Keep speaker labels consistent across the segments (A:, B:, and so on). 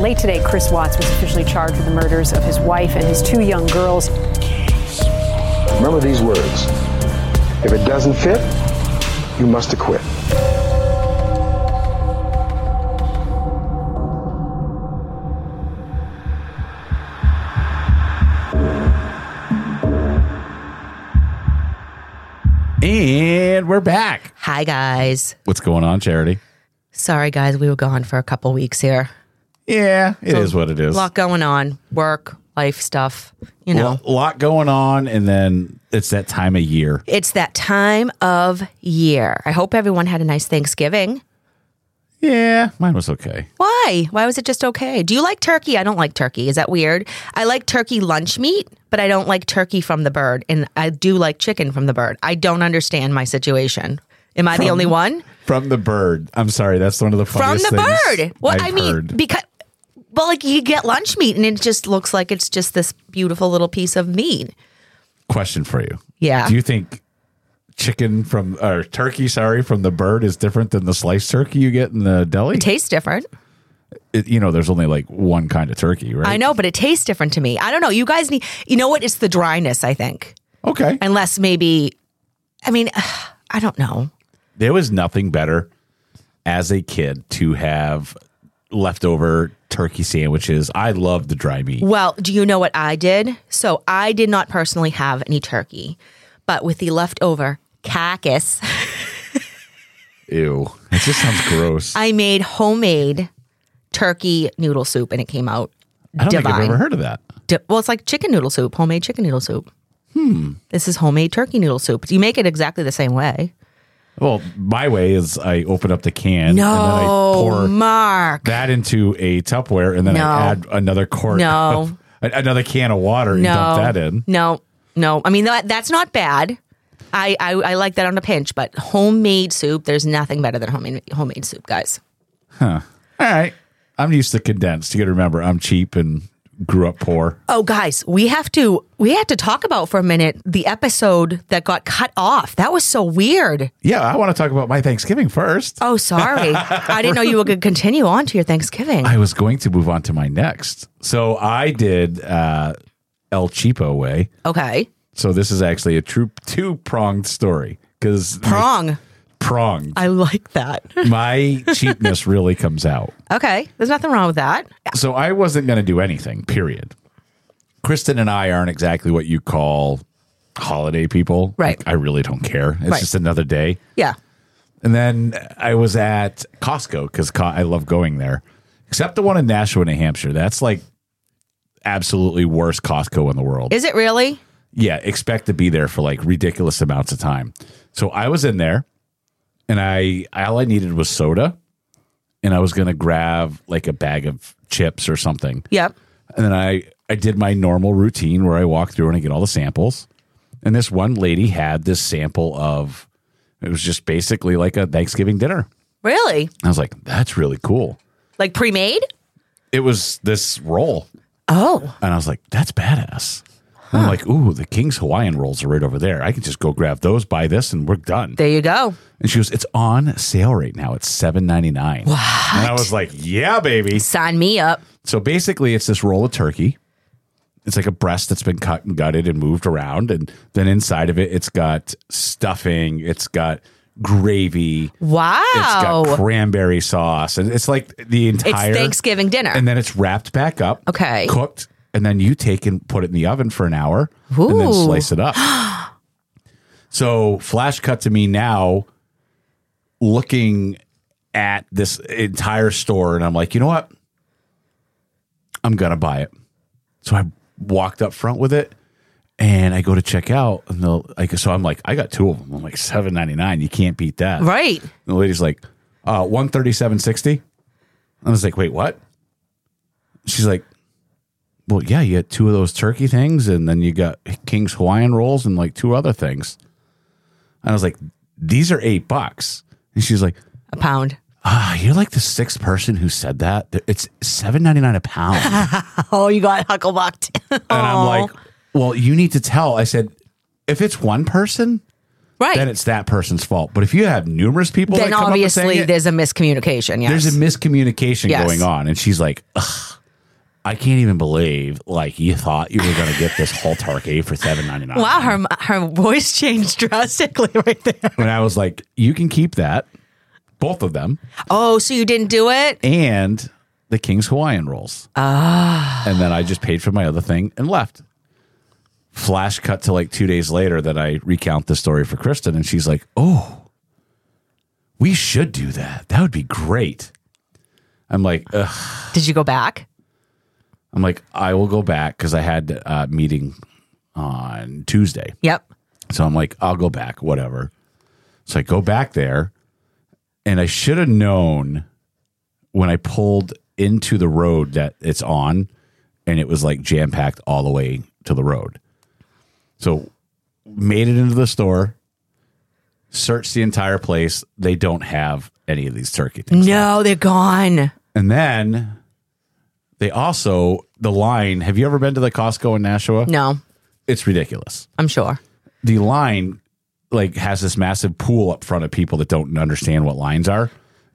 A: Late today, Chris Watts was officially charged with the murders of his wife and his two young girls.
B: Remember these words. If it doesn't fit, you must acquit.
C: And we're back.
D: Hi, guys.
C: What's going on, Charity?
D: Sorry, guys, we were gone for a couple weeks here.
C: Yeah, it is what it
D: A
C: is.
D: lot going on work, life stuff, you know.
C: Lo- lot going on, and then it's that time of year.
D: it's that time of year. I hope everyone had a nice Thanksgiving.
C: Yeah, mine was okay.
D: Why? Why was it just okay? Do you like turkey? I don't like turkey. Is that weird? I like turkey lunch meat, but I don't like turkey from the bird. And I do like chicken from the bird. I don't understand my situation. Am I the only one?
C: From the bird. I'm sorry, that's one of the
D: From
C: funniest
D: the
C: things
D: bird. Well,
C: I've
D: i mean,
C: heard.
D: because, well, like you get lunch meat and it just looks like it's just this beautiful little piece of meat.
C: question for you.
D: Yeah.
C: Do you think chicken from or turkey, sorry, from the bird is different than the sliced turkey you get in the deli?
D: It tastes different.
C: It- you know, there's only like one kind of turkey, right?
D: I know, but it tastes different to me. I don't know. You guys need, you know what? It's the dryness, I think.
C: Okay.
D: Unless maybe, I mean, I don't know.
C: there was nothing better as a kid to have leftover turkey sandwiches. I love the dry meat.
D: Well, do you know what I did? So I did not personally have any turkey, but with the leftover carcass,
C: Ew. It just sounds gross. I,
D: I made homemade turkey noodle soup and it came out
C: don't think I've
D: divine.
C: ever heard of that.
D: di- well, it's like chicken noodle soup, homemade chicken noodle soup. Hmm. This is homemade turkey noodle soup. You make it exactly the same way.
C: Well, my way is I open up the can and then I
D: No,
C: pour
D: Mark.
C: that into a Tupperware and then
D: No.
C: I add another quart
D: No.
C: of- a- another can of water and
D: no,
C: dump that in.
D: No, no. I mean that that's not bad. I, I I like that on a pinch, but homemade soup. There's nothing better than homemade homemade soup, guys.
C: All right. I'm used to condensed. You got to remember, I'm cheap and grew up poor.
D: Oh, guys, we have to we have to talk about for a minute the episode that got cut off. That was so weird.
C: Yeah, I want to talk about my Thanksgiving first.
D: Oh, sorry. I didn't know you were going to continue on to your Thanksgiving.
C: I was going to move on to my next. So I did uh, El Cheapo Way.
D: Okay,
C: So this is actually a true two pronged story because
D: prong.
C: pronged
D: I like that.
C: my cheapness really comes out.
D: Okay, there's nothing wrong with that.
C: So I wasn't going to do anything, period. Kristen and I aren't exactly what you call holiday people.
D: Right.
C: Like, I really don't care. It's
D: Right.
C: just another day.
D: Yeah.
C: And then I was at Costco because I love going there, except the one in Nashua, New Hampshire. That's like absolutely worst Costco in the world.
D: Is it really?
C: yeah, expect to be there for like ridiculous amounts of time. So I was in there and I all I needed was soda and I was going to grab like a bag of chips or something.
D: Yep.
C: And then I I did my normal routine where I walk through and I get all the samples. And this one lady had this sample of it was just basically like a Thanksgiving dinner.
D: Really?
C: I was like, that's really cool.
D: Like pre made?
C: It was this roll
D: Oh.
C: and I was like, that's badass. And I'm like, ooh, the King's Hawaiian rolls are right over there. I can just go grab those, buy this, and we're done.
D: There you go.
C: and she goes, it's on sale right now. It's seven ninety nine. Wow. And I was like, yeah, baby.
D: Sign me up.
C: So basically, it's this roll of turkey. It's like a breast that's been cut and gutted and moved around, and then inside of it, it's got stuffing. It's got gravy.
D: Wow.
C: It's got cranberry sauce, and it's like the entire
D: Thanksgiving dinner.
C: and then it's wrapped back up.
D: Okay.
C: cooked, and then you take and put it in the oven for an hour, and then
D: Ooh.
C: slice it up. so flash cut to me now, looking at this entire store, and I'm like, you know what? I'm gonna buy it. So I walked up front with it. And I go to check out, and they'll like. So I'm like, I got two of them. I'm like seven ninety nine. You can't beat that,
D: right.
C: and the lady's like, uh, 137.60. I was like, wait, what? She's like, well, yeah, you had two of those turkey things, and then you got King's Hawaiian rolls and like two other things. And I was like, these are eight bucks. And she's like,
D: A pound.
C: ah, you're like the sixth person who said that. It's seven ninety nine a pound. and
D: Oh, you got hucklebucked.
C: I'm like, well, you need to tell. I said, if it's one person,
D: right.
C: then it's that person's fault. But if you have numerous people,
D: Then
C: that come up and saying
D: obviously
C: it-
D: there's a miscommunication. Yes.
C: there's a miscommunication
D: Yes.
C: going on and she's like Ugh, i can't even believe like you thought you were going to get this whole turkey for 7.99
D: wow, her her voice changed drastically right there.
C: and i was like you can keep that both of them
D: Oh, so you didn't do it?
C: and the king's hawaiian rolls ah and then i just paid for my other thing and left flash cut to like two days later that i recount the story for kristen and she's like oh we should do that that would be great i'm like Ugh.
D: Did you go back?
C: I'm like, I will go back because I had a meeting on Tuesday.
D: Yep.
C: So I'm like, I'll go back, whatever. So I go back there and I should have known when I pulled into the road that it's on and it was like jam packed all the way to the road. So made it into the store, searched the entire place. They don't have any of these turkey things.
D: No, they're gone.
C: And then they also the line. Have you ever been to the Costco in Nashua?
D: No,
C: It's ridiculous.
D: I'm sure.
C: The line like has this massive pool up front of people that don't understand what lines are.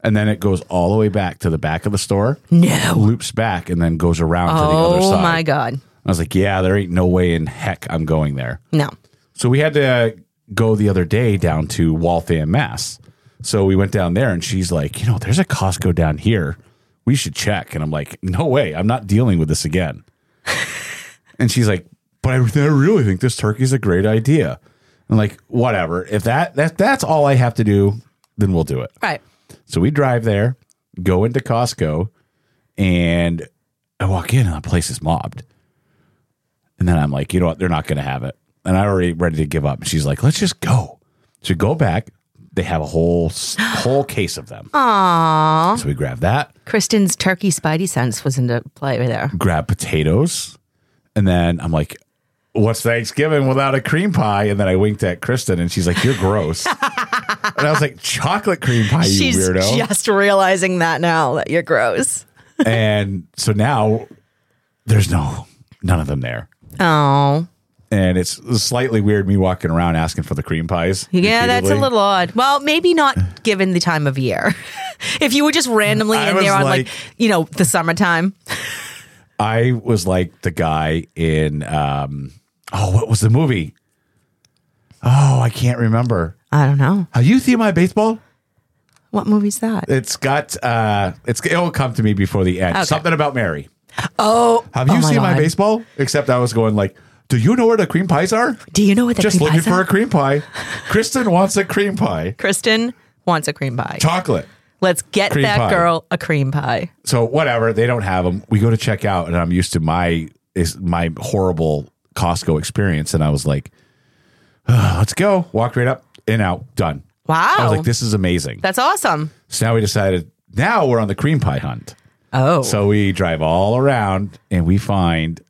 C: And then it goes all the way back to the back of the store.
D: No.
C: Loops back and then goes around to the other
D: Oh
C: side.
D: my god.
C: I was like, yeah, there ain't no way in heck I'm going there.
D: No.
C: So we had to go the other day down to Waltham, Mass. So we went down there, and she's like, you know, there's a Costco down here. We should check. And I'm like, no way. I'm not dealing with this again. and she's like, but I, I really think this turkey's a great idea. I'm like, whatever. If that, that that's all I have to do, then we'll do it.
D: Right.
C: So we drive there, go into Costco, and I walk in and the place is mobbed. And then I'm like, you know what? They're not going to have it. And I'm already ready to give up. And she's like, let's just go. So we go back. They have a whole s- whole case of them.
D: Aww.
C: So we grab that,
D: Kristen's turkey spidey sense was into play right there.
C: grab potatoes, and then I'm like, what's Thanksgiving without a cream pie? And then I winked at Kristen, and she's like, you're gross. and I was like, chocolate cream pie, you
D: She's
C: weirdo.
D: just realizing that now that you're gross.
C: and so now there's no none of them there
D: Oh.
C: and it's slightly weird me walking around asking for the cream pies
D: Yeah, that's a
C: repeatedly.
D: little odd. Well, maybe not given the time of year. if you were just randomly
C: I
D: in
C: was
D: there on like,
C: like-
D: you know, the summertime.
C: i was like the guy in um oh what was the movie oh i can't remember
D: I don't know.
C: are you see my baseball
D: What movie's that?
C: it's got uh it's it'll come to me before the end
D: Okay.
C: something about mary
D: Oh,
C: have you
D: oh
C: seen my
D: God.
C: baseball except i was going like do you know where the cream pies are
D: Do you know what that
C: just
D: cream
C: looking
D: pie's
C: for
D: are?
C: a cream pie kristen wants a cream pie
D: Kristen wants a cream pie.
C: chocolate
D: Let's get
C: Cream
D: that
C: pie.
D: girl a cream pie.
C: so whatever they don't have them we go to check out and i'm used to my is my horrible Costco experience, and I was like, "Ah, "Let's go." Walked right up, in, out, done.
D: Wow.
C: I was like, "This is amazing."
D: That's awesome.
C: so now we decided. Now we're on the cream pie hunt.
D: Oh.
C: So we drive all around and we find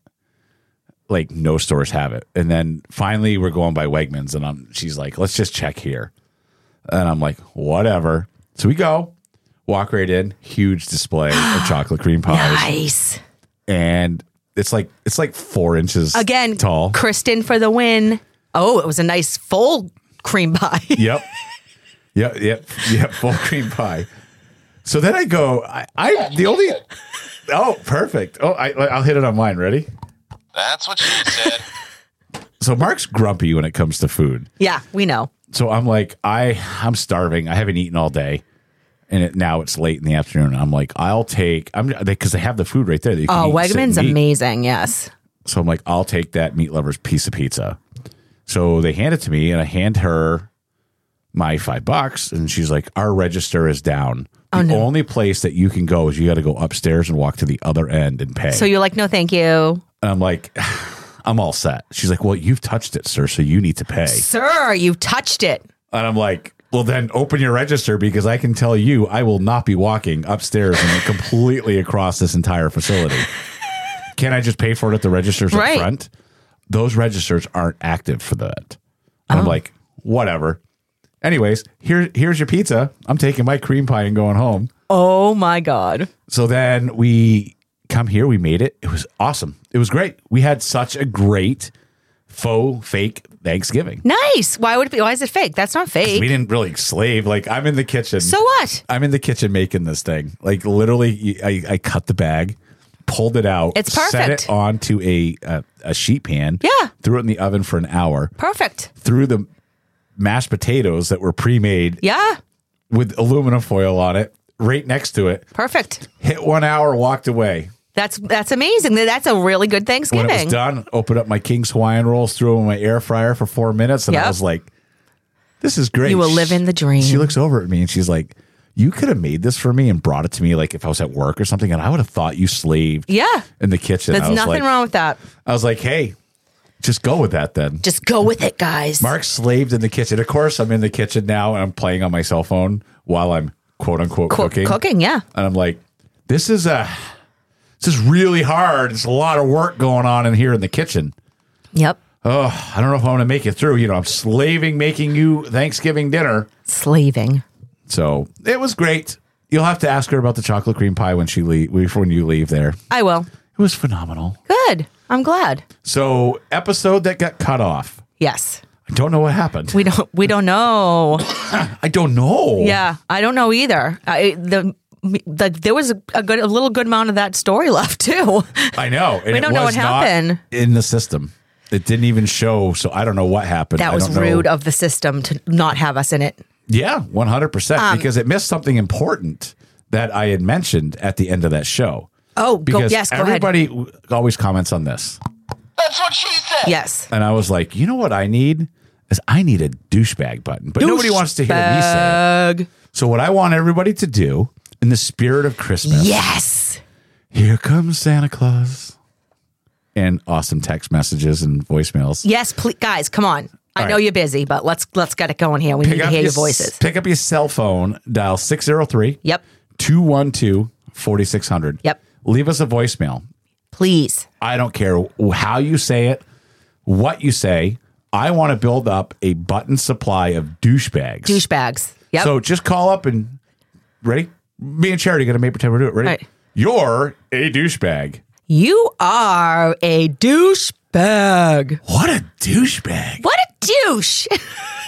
C: like no stores have it. And then finally we're going by Wegmans and I'm she's like, let's just check here. And I'm like, whatever. So we go, walk right in, huge display of chocolate cream pies.
D: nice.
C: And it's like it's like four inches
D: Again,
C: tall.
D: Kristen for the win. Oh, it was a nice full cream pie.
C: Yep. Yep. Yep. Yep. Full cream pie. So then I go, I, I the only Oh, perfect. Oh, I I'll hit it on mine. Ready?
E: That's what she said.
C: So Mark's grumpy when it comes to food.
D: Yeah, we know.
C: so I'm like, I I'm starving. I haven't eaten all day, and it, now it's late in the afternoon. And I'm like, I'll take I'm because they, have the food right there. That you can
D: Oh,
C: eat and sit
D: Wegman's
C: and eat.
D: amazing. Yes.
C: So I'm like, I'll take that meat lover's piece of pizza. So they hand it to me, and I hand her my five bucks, and she's like, our register is down. The only place that you can go is you got to go upstairs and walk to the other end and pay.
D: So you're like, no, thank you.
C: and I'm like, I'm all set. She's like, well, you've touched it, sir, so you need to pay.
D: Sir, you've touched it.
C: And I'm like, well, then open your register because I can tell you I will not be walking upstairs and then completely across this entire facility. Can I just pay for it at the registers
D: Right.
C: up front? Those registers aren't active for that. And
D: Oh.
C: I'm like, whatever. Anyways, here, here's your pizza. I'm taking my cream pie and going home.
D: Oh my God.
C: So then we come here. We made it. It was awesome. It was great. We had such a great faux fake Thanksgiving.
D: Nice. Why would it be? Why is it fake? That's not
C: We
D: fake.
C: didn't really slave. Like I'm in the kitchen.
D: So what?
C: I'm in the kitchen making this thing. Like literally, you- I, I cut the bag, pulled it out.
D: It's
C: Set
D: perfect.
C: it onto a, a a sheet pan.
D: Yeah.
C: Threw it in the oven for an hour.
D: Perfect.
C: Threw the mashed potatoes that were pre-made
D: Yeah.
C: with aluminum foil on it right next to it.
D: Perfect.
C: Hit one hour, walked away.
D: That's that's amazing. That's a really good
C: When
D: Thanksgiving.
C: it was done, opened up my King's Hawaiian rolls, threw them in my air fryer for four minutes, and I
D: Yep.
C: was like, "This is great."
D: You were living the dream.
C: She looks over at me and she's like, "You could have made this for me and brought it to me like if I was at work or something, and I would have thought you slaved."
D: Yeah.
C: in the kitchen. I
D: There's
C: was
D: nothing
C: like,
D: wrong with that.
C: I was like, "Hey, just go with that then."
D: Just go with it, guys.
C: Mark slaved in the kitchen. Of course, I'm in the kitchen now and I'm playing on my cell phone while I'm quote unquote
D: Co-
C: cooking.
D: Cooking, yeah.
C: and I'm like, "This is a." This is really hard. It's a lot of work going on in here in the kitchen.
D: Yep.
C: Oh, I don't know if I'm going to make it through. You know, I'm slaving making you Thanksgiving dinner.
D: Slaving.
C: So it was great. You'll have to ask her about the chocolate cream pie when she leave when you leave there. It
D: I will.
C: was phenomenal.
D: Good. I'm glad.
C: So episode that got cut off.
D: Yes.
C: I don't know what happened.
D: We don't we don't know.
C: I don't know.
D: Yeah, I don't know either. I, the the there was a good a little good amount of that story left too.
C: I know. And
D: We don't know what
C: not
D: happened.
C: in the system. It didn't even show, so I don't know what happened.
D: That
C: I
D: was
C: don't know.
D: rude of the system to not have us in it.
C: Yeah, one hundred
D: Um,
C: percent. Because it missed something important that I had mentioned at the end of that show.
D: Oh, go,
C: Because
D: yes, go ahead.
C: everybody w- always comments on this.
E: That's what she said.
D: Yes.
C: And I was like, you know what I need is I need a douchebag button, but nobody wants to hear me say. It.
D: Ugh.
C: So what I want everybody to do in the spirit of Christmas,
D: Yes.
C: here comes Santa Claus, and awesome text messages and voicemails.
D: Yes, please, guys, come on. I
C: All
D: know
C: right.
D: you're busy, but let's let's get it going here. We need to hear your voices.
C: Pick up your cell phone, dial 603
D: Yep.
C: 212 4600.
D: Yep.
C: Leave us a voicemail.
D: Please.
C: I don't care how you say it, what you say. I want to build up a button supply of douchebags.
D: Douchebags. Yep.
C: So just call up and ready? Me and Charity going to make pretend we're doing it. Ready?
D: All right.
C: You're a douchebag.
D: you are a douchebag.
C: What a douchebag.
D: What a douche.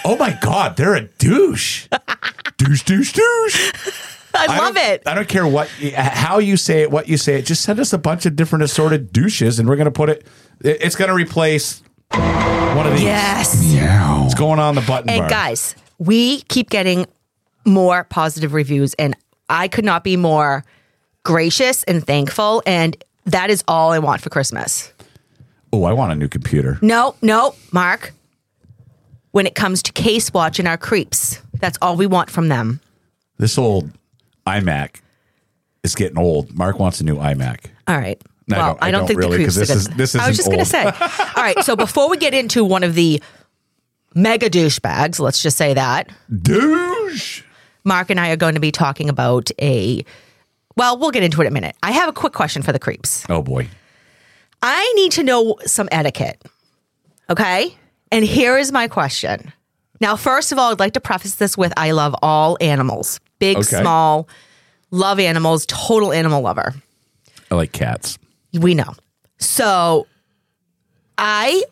C: Oh my God, they're a douche. douche, douche, douche.
D: I,
C: I
D: love
C: don't-
D: it.
C: I don't care what, how you say it, what you say it. Just send us a bunch of different assorted douches, and we're going to put it. it- It's going to replace one of these.
D: Yes.
C: It's going on the button
D: And
C: bar.
D: guys, we keep getting more positive reviews, and I could not be more gracious and thankful. And that is all I want for Christmas.
C: Oh, I want a new computer.
D: No, no, Mark. When it comes to Case Watch and our creeps, that's all we want from them.
C: This old iMac is getting old. Mark wants a new iMac.
D: All right.
C: No, I
D: well,
C: don't- I
D: I don't,
C: don't
D: think
C: really,
D: the
C: 'cause
D: creeps.
C: this
D: are
C: is-
D: gonna-
C: this
D: I was
C: isn't
D: just going to
C: old.
D: say. All right, so before we get into one of the mega douchebags, let's just say that
C: Douche.
D: Mark and I are going to be talking about a. Well, we'll get into it in a minute. I have a quick question for the creeps.
C: Oh boy.
D: I need to know some etiquette. Okay? And here is my question. Now, first of all, I'd like to preface this with I love all animals, big,
C: Okay.
D: small, love animals, total animal lover.
C: I like cats.
D: We know. So I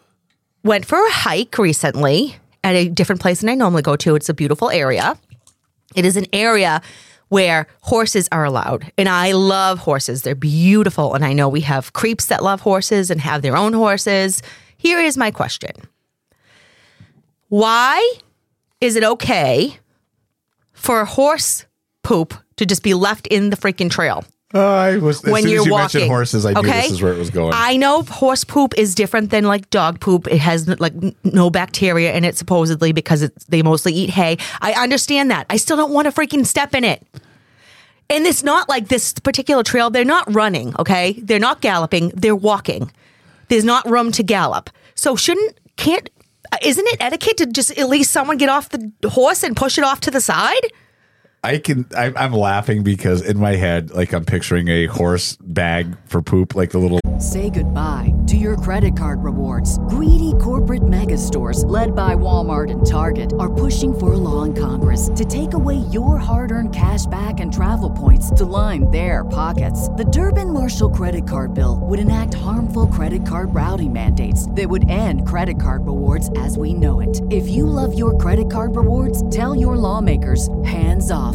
D: went for a hike recently at a different place than I normally go to. It's a beautiful area. It is an area where horses are allowed. And I love horses. They're beautiful. And I know we have creeps that love horses and have their own horses. Here is my question Why is it okay for a horse poop to just be left in the freaking trail?
C: Uh, I was as
D: when
C: soon
D: you're
C: as you
D: walking.
C: mentioned horses, I knew
D: okay?
C: this is where it was going.
D: I know horse poop is different than like dog poop. It has like n- no bacteria in it supposedly because it's, they mostly eat hay. I understand that. I still don't want to freaking step in it. And it's not like this particular trail. They're not running. Okay, they're not galloping. They're walking. There's not room to gallop. So shouldn't can't isn't it etiquette to just at least someone get off the horse and push it off to the side?
C: I can. I, I'm laughing because in my head, like I'm picturing a horse bag for poop, like the little.
F: Say goodbye to your credit card rewards. Greedy corporate mega stores, led by Walmart and Target, are pushing for a law in Congress to take away your hard earned cash back and travel points to line their pockets. The Durbin Marshall credit card bill would enact harmful credit card routing mandates that would end credit card rewards as we know it. If you love your credit card rewards, tell your lawmakers hands off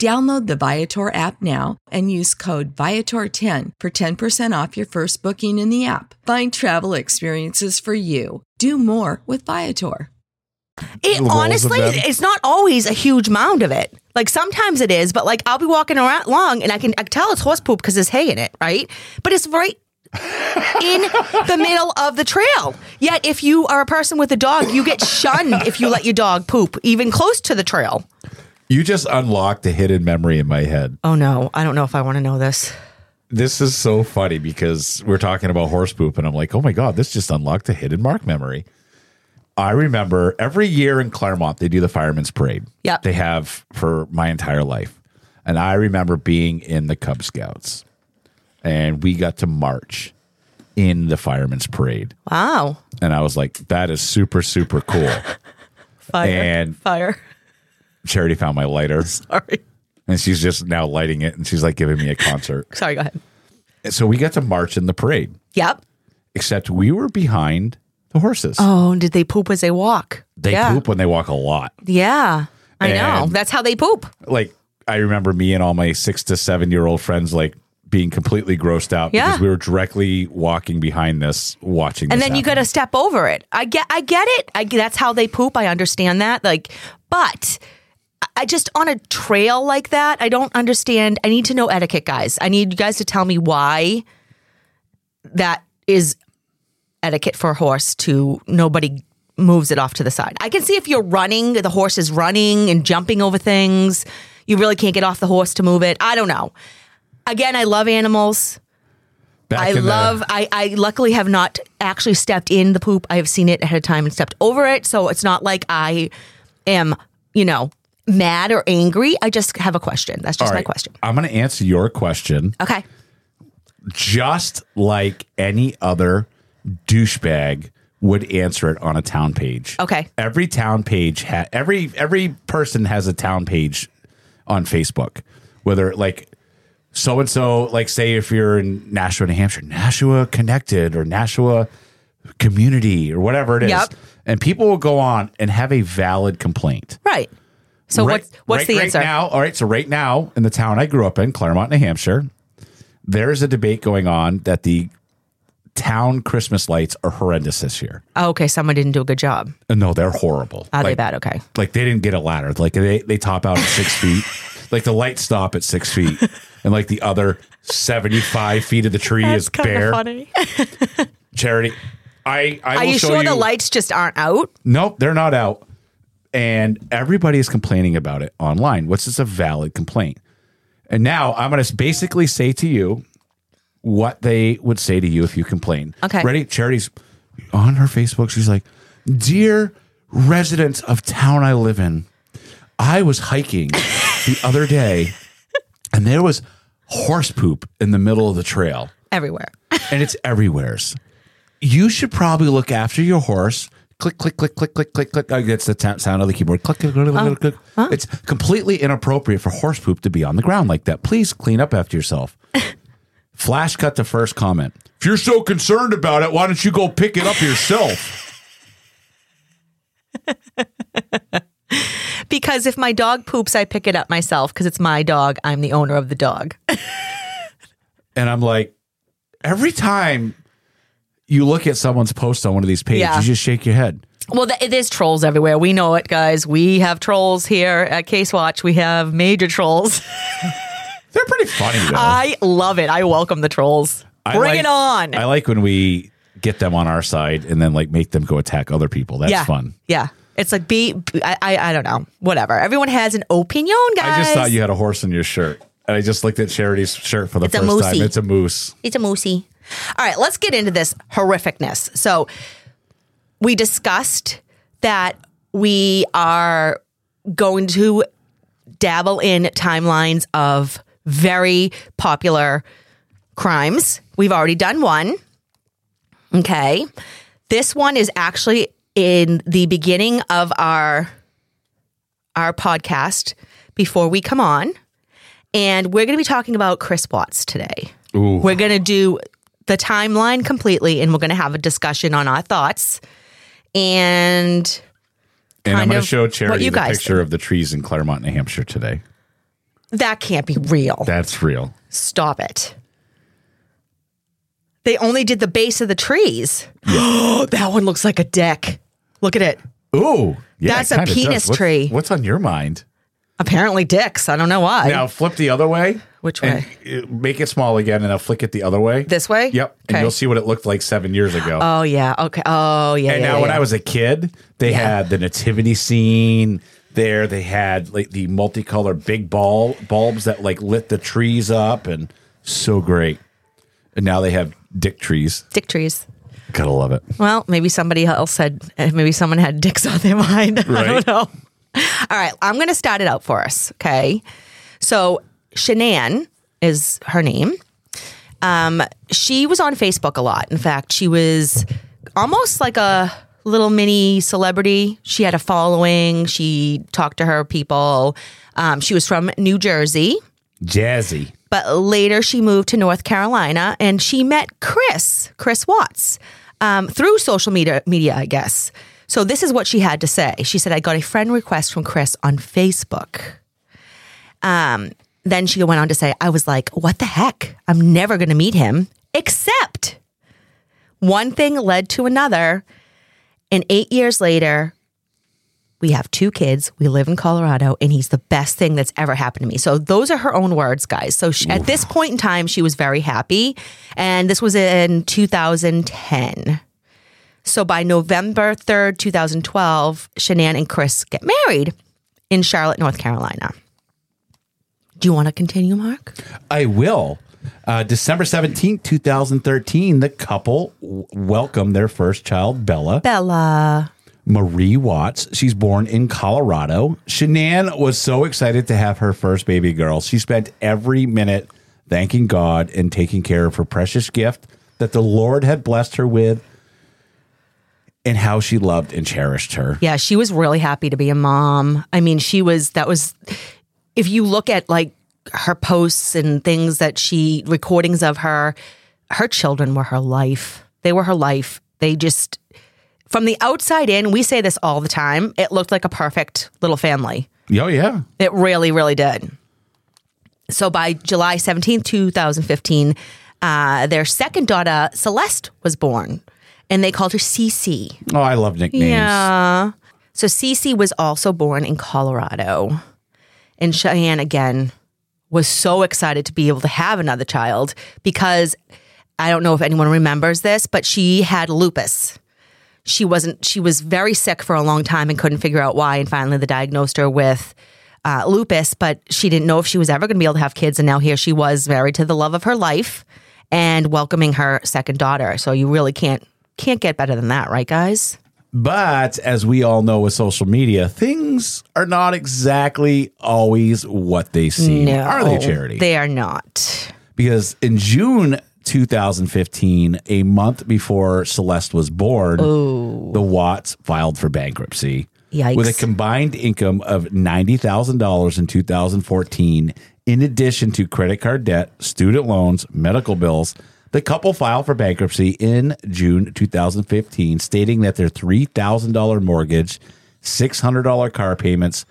G: Download the Viator app now and use code Viator10 for 10% off your first booking in the app. Find travel experiences for you. Do more with Viator.
D: It
C: rolls of
D: honestly,
C: them.
D: it's not always a huge mound of it. Like sometimes it is, but like I'll be walking around long and I can I can tell it's horse poop because there's hay in it, right? But it's right in the middle of the trail. Yet if you are a person with a dog, you get shunned if you let your dog poop even close to the trail.
C: You just unlocked a hidden memory in my head.
D: Oh no, I don't know if I want to know this.
C: This is so funny because we're talking about horse poop, and I'm like, oh my god, this just unlocked a hidden Mark memory. I remember every year in Claremont they do the Fireman's Parade.
D: Yep.
C: they have for my entire life, and I remember being in the Cub Scouts, and we got to march in the Fireman's Parade,
D: Wow.
C: and I was like, that is super super cool.
D: Fire.
C: And-
D: fire.
C: Charity found my lighter,
D: Sorry.
C: and she's just now lighting it, and she's like giving me a concert.
D: Sorry, go ahead.
C: And so we got to march in the parade.
D: Yep.
C: except we were behind the horses.
D: Oh, and did they poop as they walk?
C: they
D: yeah.
C: poop when they walk a lot.
D: Yeah. I know.
C: And-
D: That's how they poop.
C: Like I remember me and all my six to seven year old friends like being completely grossed out
D: Yeah.
C: because we were directly walking behind this, watching.
D: and
C: this
D: then you got
C: happen.
D: to step over it. I get, I get it. I, that's how they poop. I understand that. Like, but I- I just on a trail like that, I don't understand. I need to know etiquette, guys. I need you guys to tell me why that is etiquette for a horse to nobody moves it off to the side. I can see if you're running, the horse is running and jumping over things. You really can't get off the horse to move it. I don't know. Again, I love animals.
C: Back
D: I
C: in the-
D: love. I, I luckily have not actually stepped in the poop. I have seen it ahead of time and stepped over it, so it's not like I am, you know, mad or angry. I just have a question. That's just
C: All
D: my
C: right,
D: question.
C: I'm going to answer your question.
D: Okay.
C: just like any other douchebag would answer it on a town page.
D: Okay.
C: Every town page ha- every every person has a town page on Facebook. Whether like so and so, like say if you're in Nashua, New Hampshire, Nashua Connected or Nashua Community or whatever it is.
D: Yep.
C: And people will go on and have a valid complaint.
D: Right. So
C: Right-
D: what's what's
C: right-
D: the
C: right
D: answer?
C: now? All right, so right now in the town I grew up in, Claremont, New Hampshire, there is a debate going on that the town Christmas lights are horrendous this year.
D: Oh, okay, someone didn't do a good job.
C: Uh, No, they're horrible.
D: Are they
C: Like-
D: bad? Okay.
C: Like they didn't get a ladder. Like they they top out at six feet. Like the lights stop at six feet, and like the other seventy five feet of the tree is bare. Charity, I I
D: Are
C: will
D: you
C: show
D: sure
C: you.
D: the lights just aren't out?
C: Nope, they're not out. And everybody is complaining about it online. What's this a valid complaint? And now I'm going to basically say to you what they would say to you if you complain.
D: Okay.
C: Ready? Charity's on her Facebook. She's like, Dear residents of town I live in, I was hiking the other day and there was horse poop in the middle of the trail
D: Everywhere.
C: and it's everywhere's. You should probably look after your horse. Click, click, click, click, click, click, click. Oh, that's the ta- sound of the keyboard. Click, click, click, click, click, click. It's completely inappropriate for horse poop to be on the ground like that. Please clean up after yourself. Flash cut to first comment. If you're so concerned about it, why don't you go pick it up yourself?
D: Because if my dog poops, I pick it up myself because it's my dog. I'm the owner of the dog.
C: and I'm like, every time you look at someone's post on one of these pages,
D: Yeah.
C: you just shake your head.
D: Well, th- there's trolls everywhere. We know it, guys. We have trolls here at Case Watch. We have major trolls.
C: They're pretty funny though.
D: I love it. I welcome the trolls.
C: I
D: Bring
C: like-
D: it on.
C: I like when we get them on our side and then like make them go attack other people. That's
D: yeah.
C: fun.
D: Yeah. It's like be. I, I. I don't know. Whatever. Everyone has an opinion, guys.
C: I just thought you had a horse in your shirt. And I just looked at Charity's shirt for the
D: It's a
C: first time.
D: moosey.
C: It's a moose.
D: It's a moosey. All right, let's get into this horrificness. So we discussed that we are going to dabble in timelines of very popular crimes. We've already done one. Okay. This one is actually in the beginning of our our podcast before we come on. And we're going to be talking about Chris Watts today. We're going to do the timeline completely and we're going to have a discussion on our thoughts. And
C: And I'm
D: Kind
C: going
D: of
C: to show
D: what
C: Charity
D: you
C: the
D: guys
C: picture of the trees in Claremont, New Hampshire today.
D: that can't be real.
C: That's real.
D: Stop it. They only did the base of the trees. that one looks like a dick. Look at it.
C: Ooh. Yeah,
D: That's
C: it
D: a
C: kinda
D: penis
C: does. What's-
D: tree.
C: What's on your mind?
D: Apparently, dicks. I don't know why.
C: Now flip the other way.
D: Which
C: and, uh, make it small again and I'll flick it the other way.
D: This way?
C: Yep. And
D: Okay.
C: you'll see what it looked like seven years ago.
D: Oh, yeah. Okay. Oh, yeah.
C: And
D: yeah,
C: now, when
D: yeah.
C: I was a kid, they had the nativity scene there. They had like the multicolored big ball bulbs that like lit the trees up, and so great. And now they have dick trees.
D: Dick trees.
C: Gotta love it.
D: Well, maybe somebody else had, eh, maybe someone had dicks on their mind. I
C: Right.
D: don't know. All right, I'm going to start it out for us. Okay. So, Shanann is her name. Um, she was on Facebook a lot. In fact, she was almost like a little mini celebrity. She had a following, she talked to her people. Um, she was from New Jersey
C: Jazzy.
D: but later she moved to North Carolina and she met Chris, Chris Watts, um, through social media, media, I guess. So this is what she had to say. She said, I got a friend request from Chris on Facebook. Um, then she went on to say, I was like, what the heck? I'm never going to meet him, except one thing led to another. And eight years later, we have two kids. We live in Colorado, and he's the best thing that's ever happened to me. So those are her own words, guys. So she, at this point in time, she was very happy, and this was in 2010. So by November 3rd, 2012, Shanann and Chris get married in Charlotte, North Carolina. Do you want to continue, Mark?
C: I will. Uh, December 17th, 2013, the couple w- welcomed their first child, Bella.
D: Bella.
C: Marie Watts. She's born in Colorado. Shanann was so excited to have her first baby girl. She spent every minute thanking God and taking care of her precious gift that the Lord had blessed her with and how she loved and cherished her.
D: Yeah, she was really happy to be a mom. I mean, she was, that was, if you look at like her posts and things that she, recordings of her, her children were her life. They were her life. They just, from the outside in, we say this all the time, it looked like a perfect little family.
C: Oh, yeah.
D: It really, really did. So by July 17, 2015, uh, their second daughter, Celeste, was born, and they called her Cece.
C: Oh, I love nicknames.
D: Yeah. So Cece was also born in Colorado. And Cheyenne, again, was so excited to be able to have another child because I don't know if anyone remembers this, but she had lupus. She wasn't, she was very sick for a long time and couldn't figure out why. And finally, they diagnosed her with uh, lupus, but she didn't know if she was ever going to be able to have kids. And now here she was, married to the love of her life and welcoming her second daughter. So you really can't can't get better than that, right, guys?
C: But as we all know with social media, things are not exactly always what they seem. Are they, Charity?
D: They are not.
C: because in June 2015, a month before Celeste was born, the Watts filed for bankruptcy.
D: Yikes.
C: With a combined income of $90,000 in 2014, in addition to credit card debt, student loans, medical bills, the couple filed for bankruptcy in June 2015, stating that their $3,000 mortgage, $600 car payments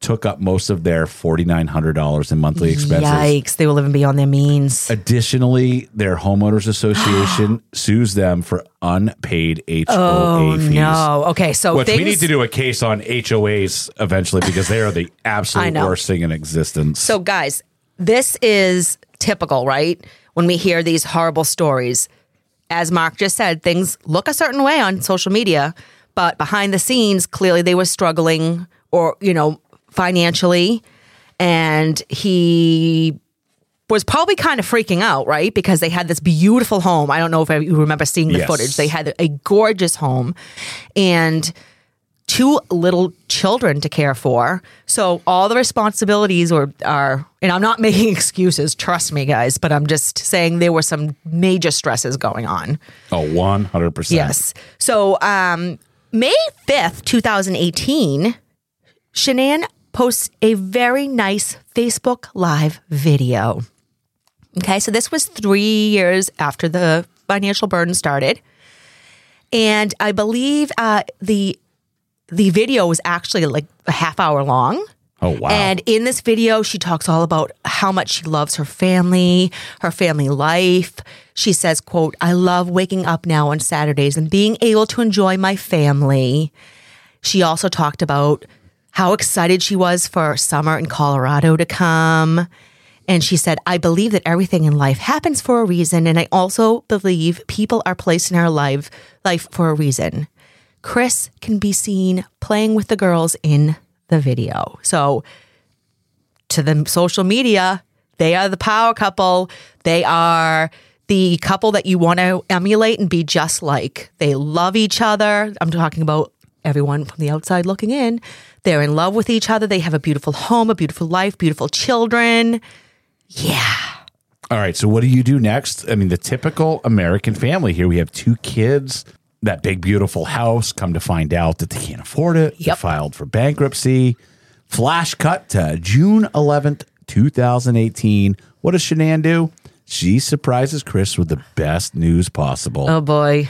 C: took up most of their $4,900 in monthly expenses.
D: Yikes! They were living beyond their means.
C: Additionally, their homeowners association sues them for unpaid HOA
D: Oh
C: fees.
D: no! Okay, so
C: Which
D: things,
C: we need to do a case on HOAs eventually because they are the
D: I
C: absolute
D: know.
C: worst thing in existence.
D: So, guys, this is typical, right? When we hear these horrible stories, as Mark just said, things look a certain way on social media, but behind the scenes, clearly they were struggling or, you know, financially. And he was probably kind of freaking out, right? Because they had this beautiful home. I don't know if you remember seeing the
C: Yes.
D: footage. They had a gorgeous home and two little children to care for. So all the responsibilities were are and I'm not making excuses, trust me guys, but I'm just saying there were some major stresses going on.
C: oh, 100%.
D: Yes. So um, May 5th, 2018, Shanann posts a very nice Facebook Live video. Okay, so this was three years after the financial burden started. And I believe uh, the the video was actually like a half hour long.
C: Oh, wow.
D: And in this video, she talks all about how much she loves her family, her family life. She says, quote, I love waking up now on Saturdays and being able to enjoy my family. She also talked about how excited she was for summer in Colorado to come. And she said, I believe that everything in life happens for a reason. And I also believe people are placed in our life, life for a reason. Chris can be seen playing with the girls in the video. So to the social media, they are the power couple. They are the couple that you want to emulate and be just like. They love each other. I'm talking about everyone from the outside looking in. They're in love with each other. They have a beautiful home, a beautiful life, beautiful children.
C: All right. So, what do you do next? I mean, the typical American family here we have two kids, that big, beautiful house, come to find out that they can't afford it. They
D: Yep.
C: filed for bankruptcy. Flash cut to June 11th, 2018. What does Shanann do? She surprises Chris with the best news possible.
D: Oh boy.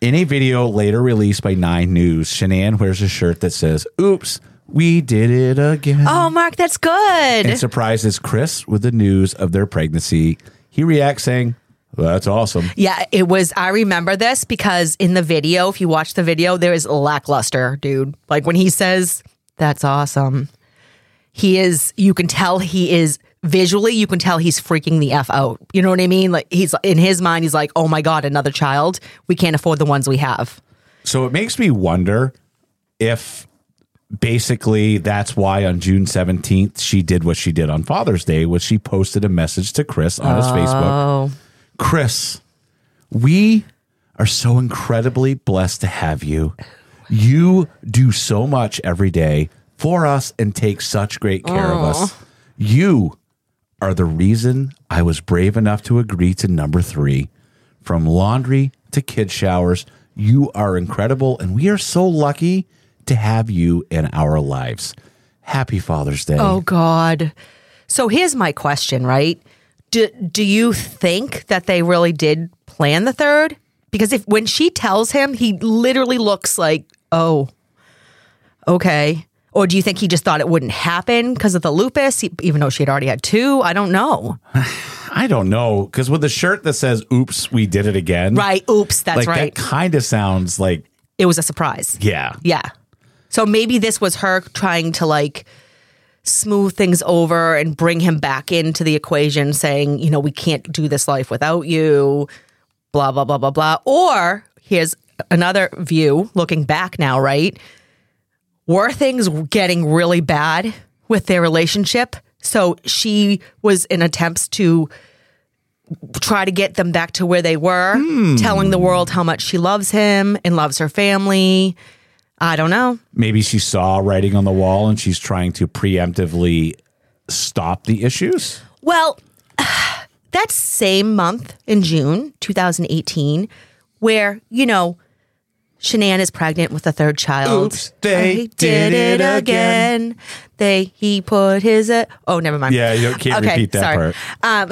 C: In a video later released by Nine News, Shanann wears a shirt that says, Oops, we did it again
D: Oh, Mark, that's good.
C: and surprises Chris with the news of their pregnancy. He reacts saying, "That's awesome."
D: Yeah, it was. I remember this because in the video, if you watch the video, there is lackluster, dude. Like when he says, that's awesome, he is, you can tell he is visually, you can tell he's freaking the F out. You know what I mean? Like he's in his mind, he's like, oh my God, another child. We can't afford the ones we have.
C: So it makes me wonder if basically that's why on June 17th she did what she did on Father's Day was she posted a message to Chris on his Facebook. Chris, we are so incredibly blessed to have you. You do so much every day for us and take such great care of us. You are the reason I was brave enough to agree to number three. From laundry to kid showers, you are incredible, and we are so lucky to have you in our lives. Happy Father's Day.
D: Oh God. So here's my question, right? Do do you think that they really did plan the third? Because if when she tells him, he literally looks like, "Oh, okay." Or do you think he just thought it wouldn't happen because of the lupus, e- even though she had already had two? I don't know.
C: I don't know because with the shirt that says "Oops, we did it again,"
D: Right? Oops, that's
C: Mm. like
D: right.
C: that kind of sounds like
D: it was a surprise.
C: yeah,
D: Yeah. So maybe this was her trying to like smooth things over and bring him back into the equation, saying, you know, we can't do this life without you, blah, blah, blah, blah, blah. Or here's another view looking back now, right? Were things getting really bad with their relationship? So she was in attempts to try to get them back to where they were, telling the world how much she loves him and loves her family. I don't know.
C: Maybe she saw writing on the wall and she's trying to preemptively stop the issues.
D: Well, that same month in June 2018, where, you know, Shanann is pregnant with a third child.
C: Oops, they did it again.
D: They he put his uh, oh never mind.
C: Yeah, you can't
D: Okay,
C: repeat that
D: sorry.
C: part.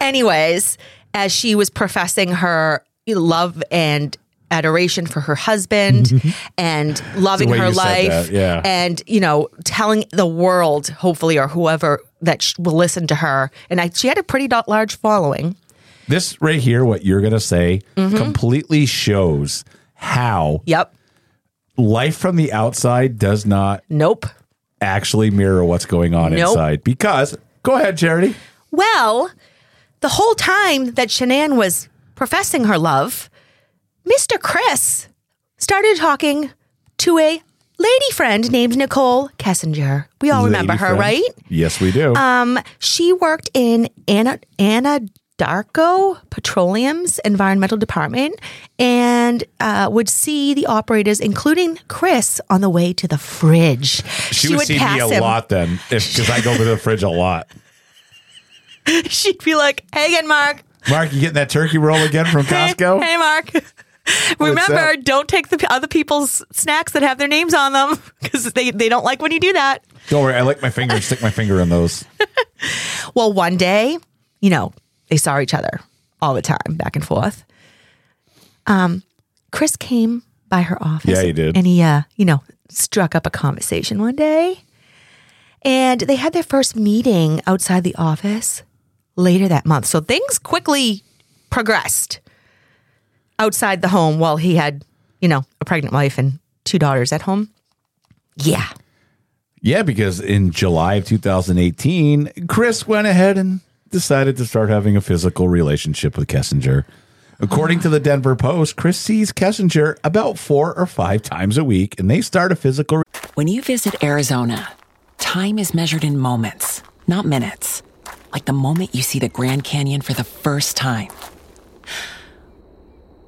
D: Anyways, as she was professing her love and adoration for her husband and loving
C: Mm-hmm. The way
D: her
C: you said
D: life
C: that, yeah.
D: and you know telling the world hopefully or whoever that sh- will listen to her and I, she had a pretty do- large following
C: This right here, what you're going to say,
D: Mm-hmm.
C: completely shows how
D: yep
C: life from the outside does not
D: nope
C: actually mirror what's going on
D: Nope.
C: inside. Because, go ahead, Charity.
D: well the whole time that shanann was professing her love mr chris started talking to a lady friend named nicole kessinger we all remember
C: Lady
D: her
C: friend.
D: right Uh,
C: Yes, we do.
D: She worked in Ana Anadarko Petroleum's environmental department and uh, would see the operators, including Chris, on the way to the fridge.
C: she, would, see me a lot then, because I go to the fridge a lot.
D: She'd be like, "Hey again, Mark.
C: Mark, you getting that turkey roll again from Costco?
D: Hey, Mark." Remember,
C: up?
D: don't take the p- other people's snacks that have their names on them because they, they don't like when you do that.
C: Don't worry, I lick my finger and stick my finger in those.
D: Well, one day, you know, they saw each other all the time, back and forth. Um, Chris came by her office.
C: Yeah, he did.
D: And he, uh, you know, struck up a conversation one day. And they had their first meeting outside the office later that month. So things quickly progressed outside the home while he had, you know, a pregnant wife and two daughters at home. Yeah.
C: Yeah, because in July of 2018, Chris went ahead and decided to start having a physical relationship with Kessinger. According to the Denver Post, Chris sees Kessinger about four or five times a week, and they start a physical.
H: When you visit Arizona, time is measured in moments, not minutes. Like the moment you see the Grand Canyon for the first time.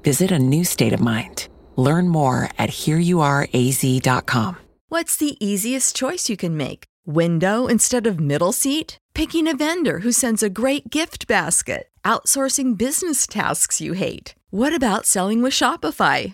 H: Visit a new state of mind. Learn more at hereyouareaz.com.
G: What's the easiest choice you can make? Window instead of middle seat? Picking a vendor who sends a great gift basket? Outsourcing business tasks you hate? What about selling with Shopify?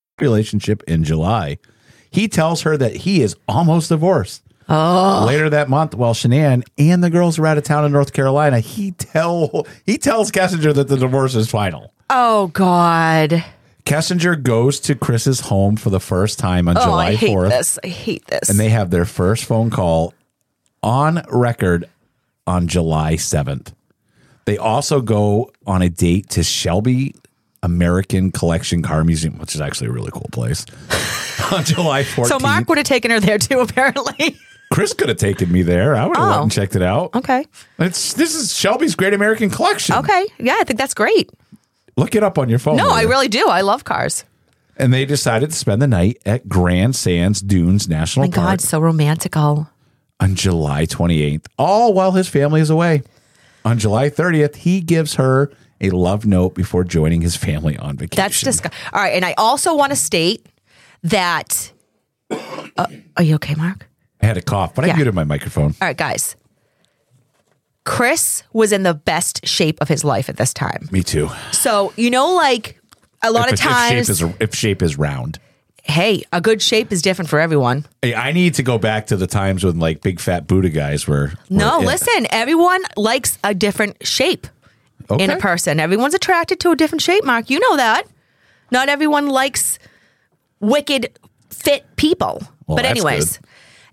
C: relationship in July. He tells her that he is almost divorced.
D: Oh.
C: Later that month, while Shanann and the girls are out of town in North Carolina, he tell he tells Kessinger that the divorce is final.
D: Oh God.
C: Kessinger goes to Chris's home for the first time on
D: oh,
C: July
D: I hate
C: 4th,
D: this. I hate this.
C: and they have their first phone call on record on July 7th. They also go on a date to Shelby American Collection Car Museum, which is actually a really cool place, on July 14th.
D: So Mark would have taken her there too, apparently.
C: Chris could have taken me there. I would have went
D: Oh.
C: and checked it out.
D: okay.
C: It's this is Shelby's Great American Collection.
D: Okay. Yeah, I think that's great.
C: Look it up on your phone.
D: no, I
C: later.
D: really do. I love cars.
C: And they decided to spend the night at Grand Sands Dunes National
D: My
C: Park
D: God, so romantical.
C: on July 28th, all while his family is away. On July 30th, he gives her a love note before joining his family on vacation.
D: That's disgusting. All right. And I also want to state that. Uh, are you okay, Mark?
C: I had a cough, but I
D: Yeah.
C: muted my microphone.
D: All right, guys. Chris was in the best shape of his life at this time.
C: Me too.
D: So, you know, like a lot
C: if,
D: of
C: if
D: times,
C: shape is, if shape is round.
D: hey, a good shape is different for everyone.
C: Hey, I need to go back to the times when like big fat Buddha guys were. were
D: No,
C: in.
D: listen, everyone likes a different shape in
C: Okay.
D: a person. Everyone's attracted to a different shape, Mark. You know that. Not everyone likes wicked fit people.
I: Well,
D: but
I: that's
D: anyways,
I: good.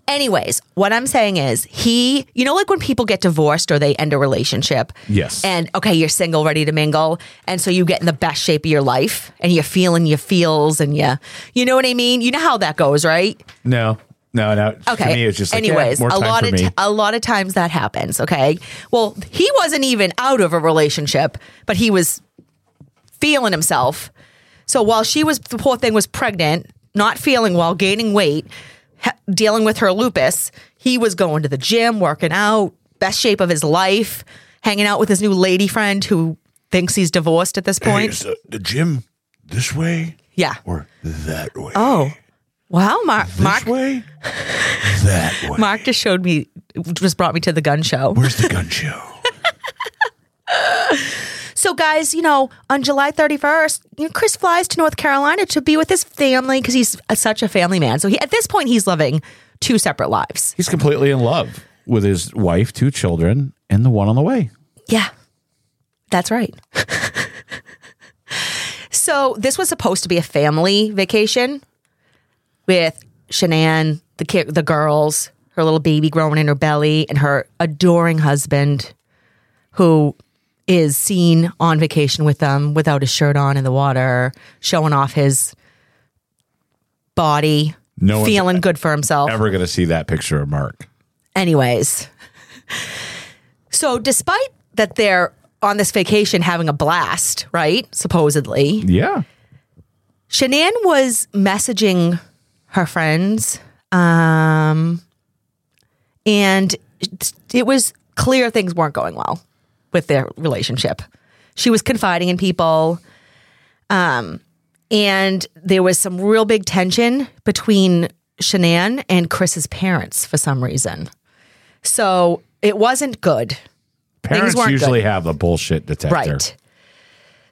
D: anyways, what I'm saying is he, you know like when people get divorced or they end a relationship.
I: Yes.
D: And okay, you're single, ready to mingle, and so you get in the best shape of your life and you're feeling your feels and you you know what I mean? You know how that goes, right?
C: No, no, no.
D: Okay.
C: For me, it's just like, yeah,
D: anyways,
C: more
D: a
C: time
D: lot
C: for
D: of
C: me.
D: t- a lot of times that happens. Okay. Well, he wasn't even out of a relationship, but he was feeling himself. So while she was the poor thing was pregnant, not feeling well, gaining weight, ha- dealing with her lupus, he was going to the gym, working out, best shape of his life, hanging out with his new lady friend who thinks he's divorced at this point.
J: the, uh, the gym this way
D: yeah.
J: or that way?
D: Oh. Wow, Mark.
J: This
D: Mark,
J: way? That way.
D: Mark just showed me, just brought me to the gun show.
J: Where's the gun show?
D: So, guys, you know, on July 31st, you know, Chris flies to North Carolina to be with his family because he's a, such a family man. So, he, at this point, he's living two separate lives.
C: He's completely in love with his wife, two children, and the one on the way.
D: Yeah, that's right. so, this was supposed to be a family vacation with Shanann, the kid, the girls, her little baby growing in her belly, and her adoring husband, who is seen on vacation with them without his shirt on in the water, showing off his body,
C: No one's e-,
D: feeling good for himself.
C: Ever going to see that picture of Mark?
D: Anyways, so despite that they're on this vacation having a blast, right? Supposedly,
C: Yeah.
D: Shanann was messaging her friends, um, and it was clear things weren't going well with their relationship. She was confiding in people, um, and there was some real big tension between Shanann and Chris's parents for some reason. So it wasn't good.
C: Parents
D: weren't
C: usually
D: good.
C: have a bullshit detector.
D: Right.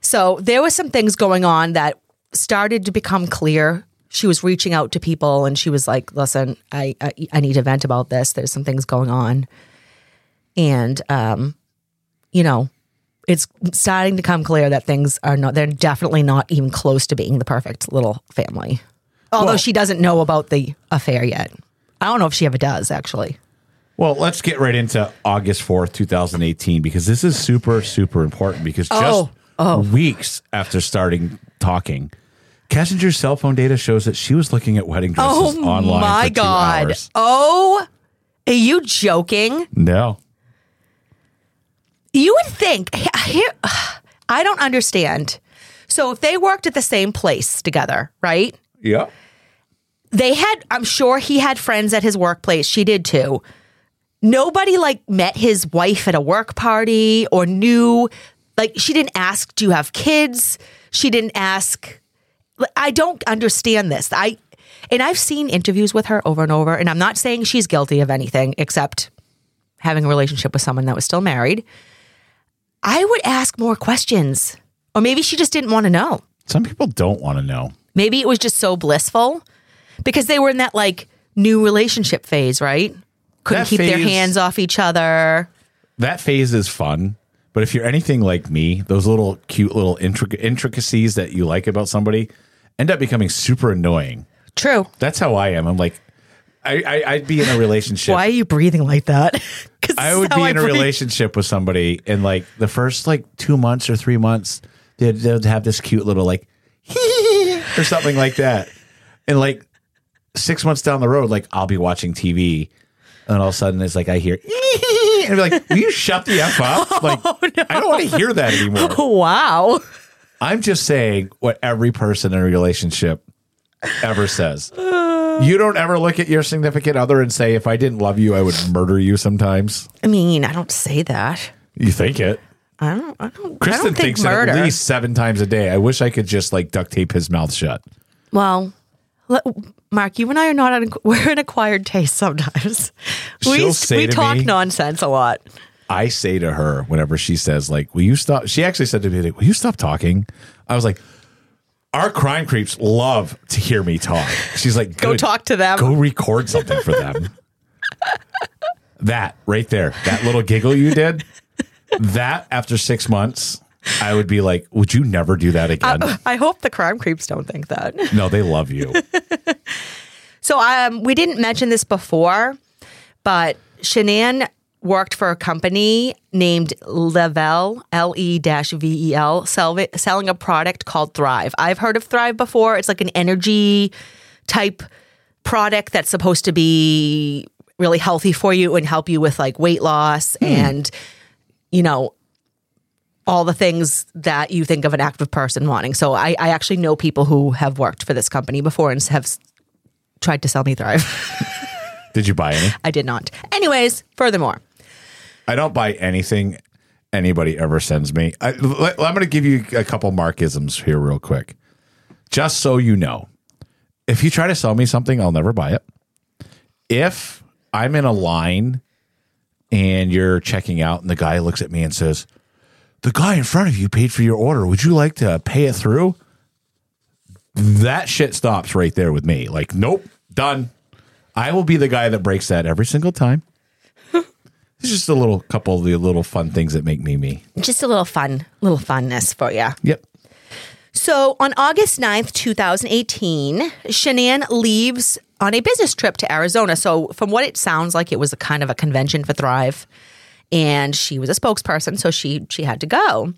D: So there was some things going on that started to become clear. She was reaching out to people and she was like, "Listen, I I, I need to vent about this. There's some things going on." And um you know, it's starting to come clear that things are not they're definitely not even close to being the perfect little family. Although she doesn't know about the affair yet. I don't know if she ever does actually.
C: Well, let's get right into August 4th, 2018, because this is super, super important because just
D: Oh,
C: weeks after starting talking, Kessinger's cell phone data shows that she was looking at wedding dresses
D: Oh
C: online.
D: my
C: for two
D: god.
C: hours.
D: O Oh, Are you joking?
C: No.
D: You would think here I don't understand. So if they worked at the same place together, right?
C: Yeah.
D: They had I'm sure he had friends at his workplace. She did too. Nobody like met his wife at a work party or knew like she didn't ask, "Do you have kids?" She didn't ask I don't understand this. I and I've seen interviews with her over and over, and I'm not saying she's guilty of anything except having a relationship with someone that was still married. I would ask more questions, or maybe she just didn't want to know.
C: Some people don't want to know.
D: Maybe it was just so blissful because they were in that like new relationship phase, right? Couldn't
C: That
D: keep their
C: phase-
D: hands off each other.
C: That phase is fun, but if you're anything like me, those little cute little intric- intricacies that you like about somebody end up becoming super annoying.
D: True.
C: That's how I am. I'm like, I, I I'd be in a relationship.
D: Why are you breathing like that?
C: I would
D: how
C: be
D: I
C: in a
D: breathe.
C: relationship with somebody, and like the first like two months or three months, they'd, they'd have this cute little like or something like that, and like six months down the road, like I'll be watching TV, and all of a sudden it's like I hear. And be like, will you shut the f
D: Oh,
C: up? Like, I don't want to hear that anymore.
D: Wow.
C: I'm just saying what every person in a relationship ever says. You don't ever look at your significant other and say, if I didn't love you, I would murder you sometimes.
D: I mean, I don't say that.
C: You think it.
D: I don't. I don't. I
C: Kristen
D: don't think
C: thinks
D: murder.
C: it at least seven times a day. I wish I could just like duct tape his mouth shut.
D: Well, let, Mark, you and I are not an, we're an acquired taste sometimes. we
C: She'll say
D: we
C: to
D: talk
C: me-
D: nonsense a lot.
C: I say to her whenever she says, like, will you stop? She actually said to me, like, will you stop talking? I was like, our crime creeps love to hear me talk. She's like,
D: Go
C: "Good.
D: talk to them.
C: Go record something for them. that right there, that little giggle you did, that after six months, I would be like, would you never do that again?
D: I, I hope the crime creeps don't think that.
C: no, they love you.
D: So um, we didn't mention this before, but Shanann worked for a company named Level, E L-E-V-E-L, sell- selling a product called Thrive. I've heard of Thrive before. It's like an energy type product that's supposed to be really healthy for you and help you with like weight loss and, you know, all the things that you think of an active person wanting. So I, I actually know people who have worked for this company before and have s- tried to sell me Thrive.
C: Did you buy any?
D: I did not. Anyways, furthermore,
C: I don't buy anything anybody ever sends me. I, am going to give you a couple Markisms here, real quick. Just so you know, if you try to sell me something, I'll never buy it. If I'm in a line and you're checking out, and the guy looks at me and says, The guy in front of you paid for your order. Would you like to pay it through? That shit stops right there with me. Like, nope, done. I will be the guy that breaks that every single time. It's just a little couple of the little fun things that make me me.
D: just a little fun, little funness for you.
C: Yep.
D: So on August 9th, 2018, Shanann leaves on a business trip to Arizona. So from what it sounds like, it was a kind of a convention for Thrive. And she was a spokesperson, so she she had to go.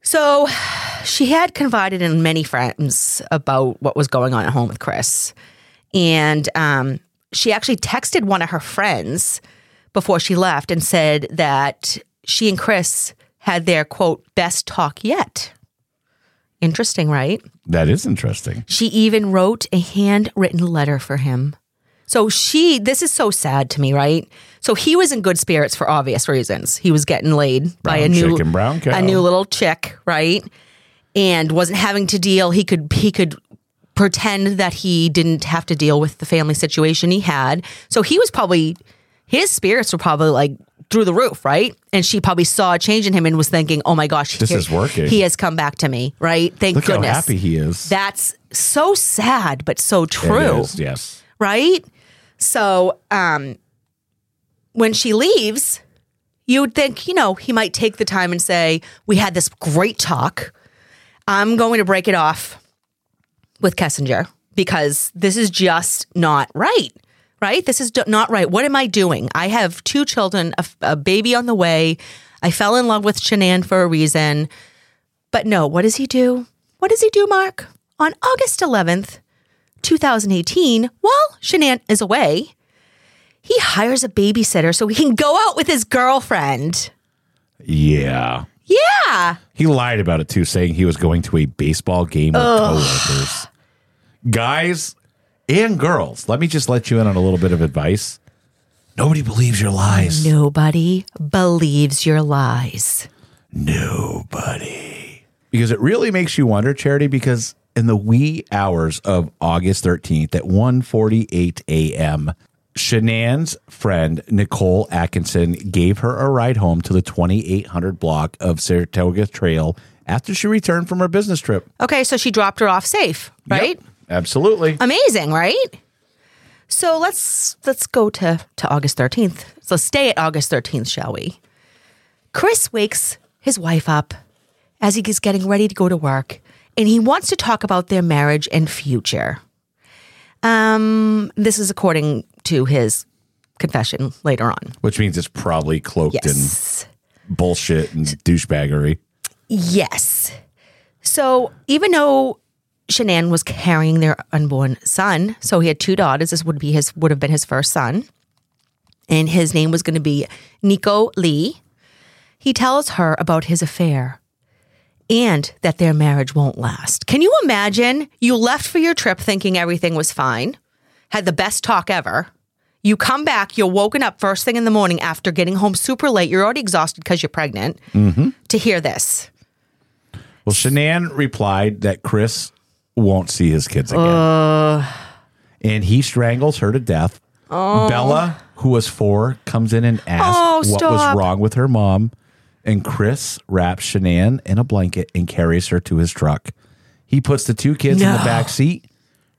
D: So she had confided in many friends about what was going on at home with Chris. And um, she actually texted one of her friends before she left and said that she and Chris had their quote, best talk yet. Interesting, right?
C: That is interesting.
D: She even wrote a handwritten letter for him. So she, this is so sad to me, right? So he was in good spirits for obvious reasons. He was getting laid by a
C: Brown
D: new,
C: chicken, brown cow.
D: a new little chick, right? And wasn't having to deal. He could, he could pretend that he didn't have to deal with the family situation he had. So he was probably, his spirits were probably like through the roof, right? And she probably saw a change in him and was thinking, oh my gosh,
C: This is working.
D: He has come back to me, right? Thank
C: Look
D: goodness.
C: how happy he is.
D: That's so sad, but so true.
C: It is, yes.
D: Right? So um, when she leaves, you would think, you know, he might take the time and say, We had this great talk. I'm going to break it off with Kessinger because this is just not right. Right? This is d- not right. What am I doing? I have two children, a, f- a baby on the way. I fell in love with Shanann for a reason. But no, what does he do? What does he do, Mark? On August 11th, 2018, while Shanann is away, He hires a babysitter so he can go out with his girlfriend.
C: Yeah.
D: Yeah.
C: He lied about it too, saying he was going to a baseball game with
D: Ugh.
C: coworkers. Guys and girls, let me just let you in on a little bit of advice. Nobody believes your lies.
D: Nobody believes your lies.
C: because it really makes you wonder, Charity, because in the wee hours of August 13th at 1:48 a.m., Shanann's friend Nicole Atkinson gave her a ride home to the 2800 block of Saratoga Trail after she returned from her business trip.
D: Okay, so she dropped her off safe, right?
C: Absolutely.
D: Amazing, right? So let's let's go to to August 13th. So stay at August 13th, shall we? Chris wakes his wife up as he is getting ready to go to work and he wants to talk about their marriage and future. Um this is according to his confession later on.
C: Which means it's probably cloaked in bullshit and douchebaggery.
D: Yes. So even though Shanann was carrying their unborn son, so he had two daughters. This would be his would have been his first son, and his name was going to be Nico Lee. He tells her about his affair and that their marriage won't last. Can you imagine? You left for your trip thinking everything was fine, had the best talk ever. You come back, you're woken up first thing in the morning after getting home super late. You're already exhausted because you're pregnant
C: Mm-hmm.
D: to hear this.
C: Well, Shanann replied that Chris won't see his kids again. and he strangles her to death.
D: Oh.
C: Bella, who was four, comes in and asks
D: Oh,
C: what was
D: stop.
C: wrong with her mom. And Chris wraps Shanann in a blanket and carries her to his truck. He puts the two kids in the
D: No.
C: back seat,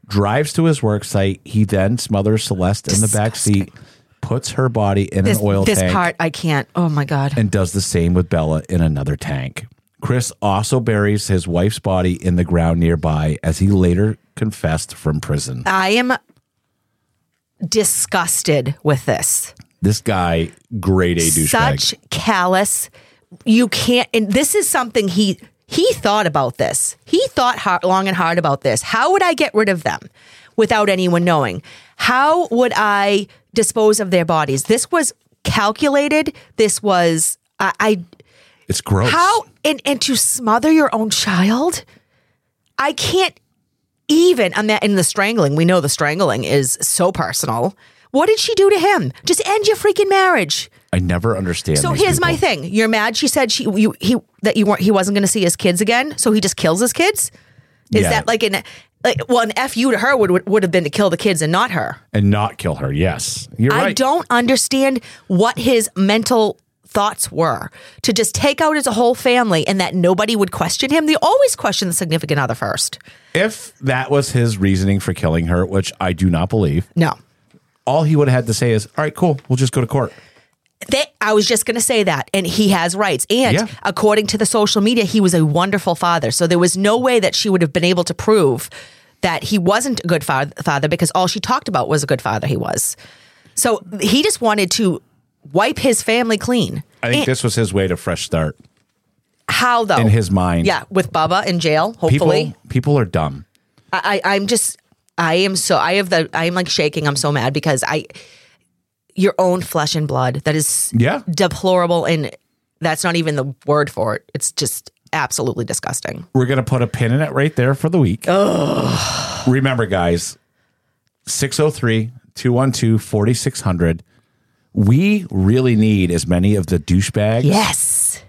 C: drives to his work site. He then smothers Celeste in the back seat, puts her body in
D: this,
C: an oil
D: this
C: tank
D: part I can't. Oh my god.
C: and does the same with Bella in another tank. Chris also buries his wife's body in the ground nearby as he later confessed from prison.
D: I am disgusted with this.
C: This guy, grade A douchebag.
D: Such callous. You can't and this is something he he thought about this. He thought hard, long and hard about this. How would I get rid of them without anyone knowing? How would I dispose of their bodies? This was calculated. This was I, I
C: It's gross.
D: How and and to smother your own child? I can't even I'm not in the strangling. We know the strangling is so personal. What did she do to him? Just end your freaking marriage.
C: I never understand.
D: so
C: these
D: here's my
C: people.
D: thing. You're mad she said she you he that you weren't he wasn't going to see his kids again, so he just kills his kids? Is
C: Yeah.
D: that like an like well an F you to her would would, would have been to kill the kids and not her.
C: And not kill her. Yes. You're
D: I
C: right.
D: don't understand what his mental thoughts were to just take out his whole family and that nobody would question him. They always question the significant other first.
C: If that was his reasoning for killing her, which I do not believe.
D: No.
C: All he would have had to say is, all right, cool. We'll just go to court.
D: They, I was just going to say that. And he has rights. And
C: Yeah.
D: according to the social media, he was a wonderful father. So there was no way that she would have been able to prove that he wasn't a good fa- father because all she talked about was a good father he was. So he just wanted to wipe his family clean.
C: I think
D: And
C: this was his way to fresh start.
D: how though?
C: in his mind.
D: Yeah, with Bubba in jail, hopefully.
C: People, people are dumb.
D: I, I I'm just I am so I have the I am like shaking. I'm so mad because I your own flesh and blood that is
C: Yeah.
D: deplorable and that's not even the word for it. It's just absolutely disgusting.
C: We're going to put a pin in it right there for the week. Remember, guys, 603 212 4600. We really need as many of the douchebags
D: Yes.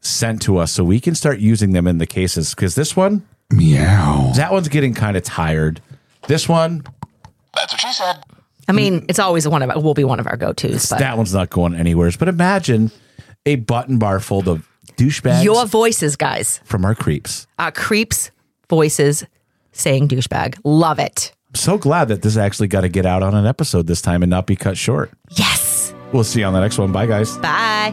C: sent to us so we can start using them in the cases because this one, meow. That one's getting kind of tired. This one,
E: That's what she said.
D: I mean, it's always one of our, will be one of our go tos. But
C: that one's not going anywhere. But imagine a button bar full of douchebags
D: your voices, guys,
C: from our creeps.
D: are creeps voices saying douchebag. Love it.
C: I'm so glad that this actually got to get out on an episode this time and not be cut short.
D: Yes.
C: We'll see you on the next one. Bye, guys.
D: Bye.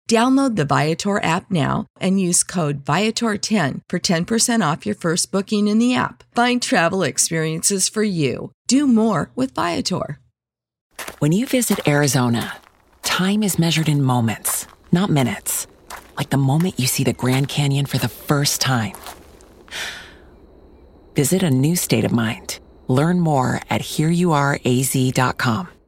G: Download the Viator app now and use code Viator10 for 10% off your first booking in the app. Find travel experiences for you. Do more with Viator.
H: When you visit Arizona, time is measured in moments, not minutes. Like the moment you see the Grand Canyon for the first time. Visit a new state of mind. Learn more at hereyouareaz.com.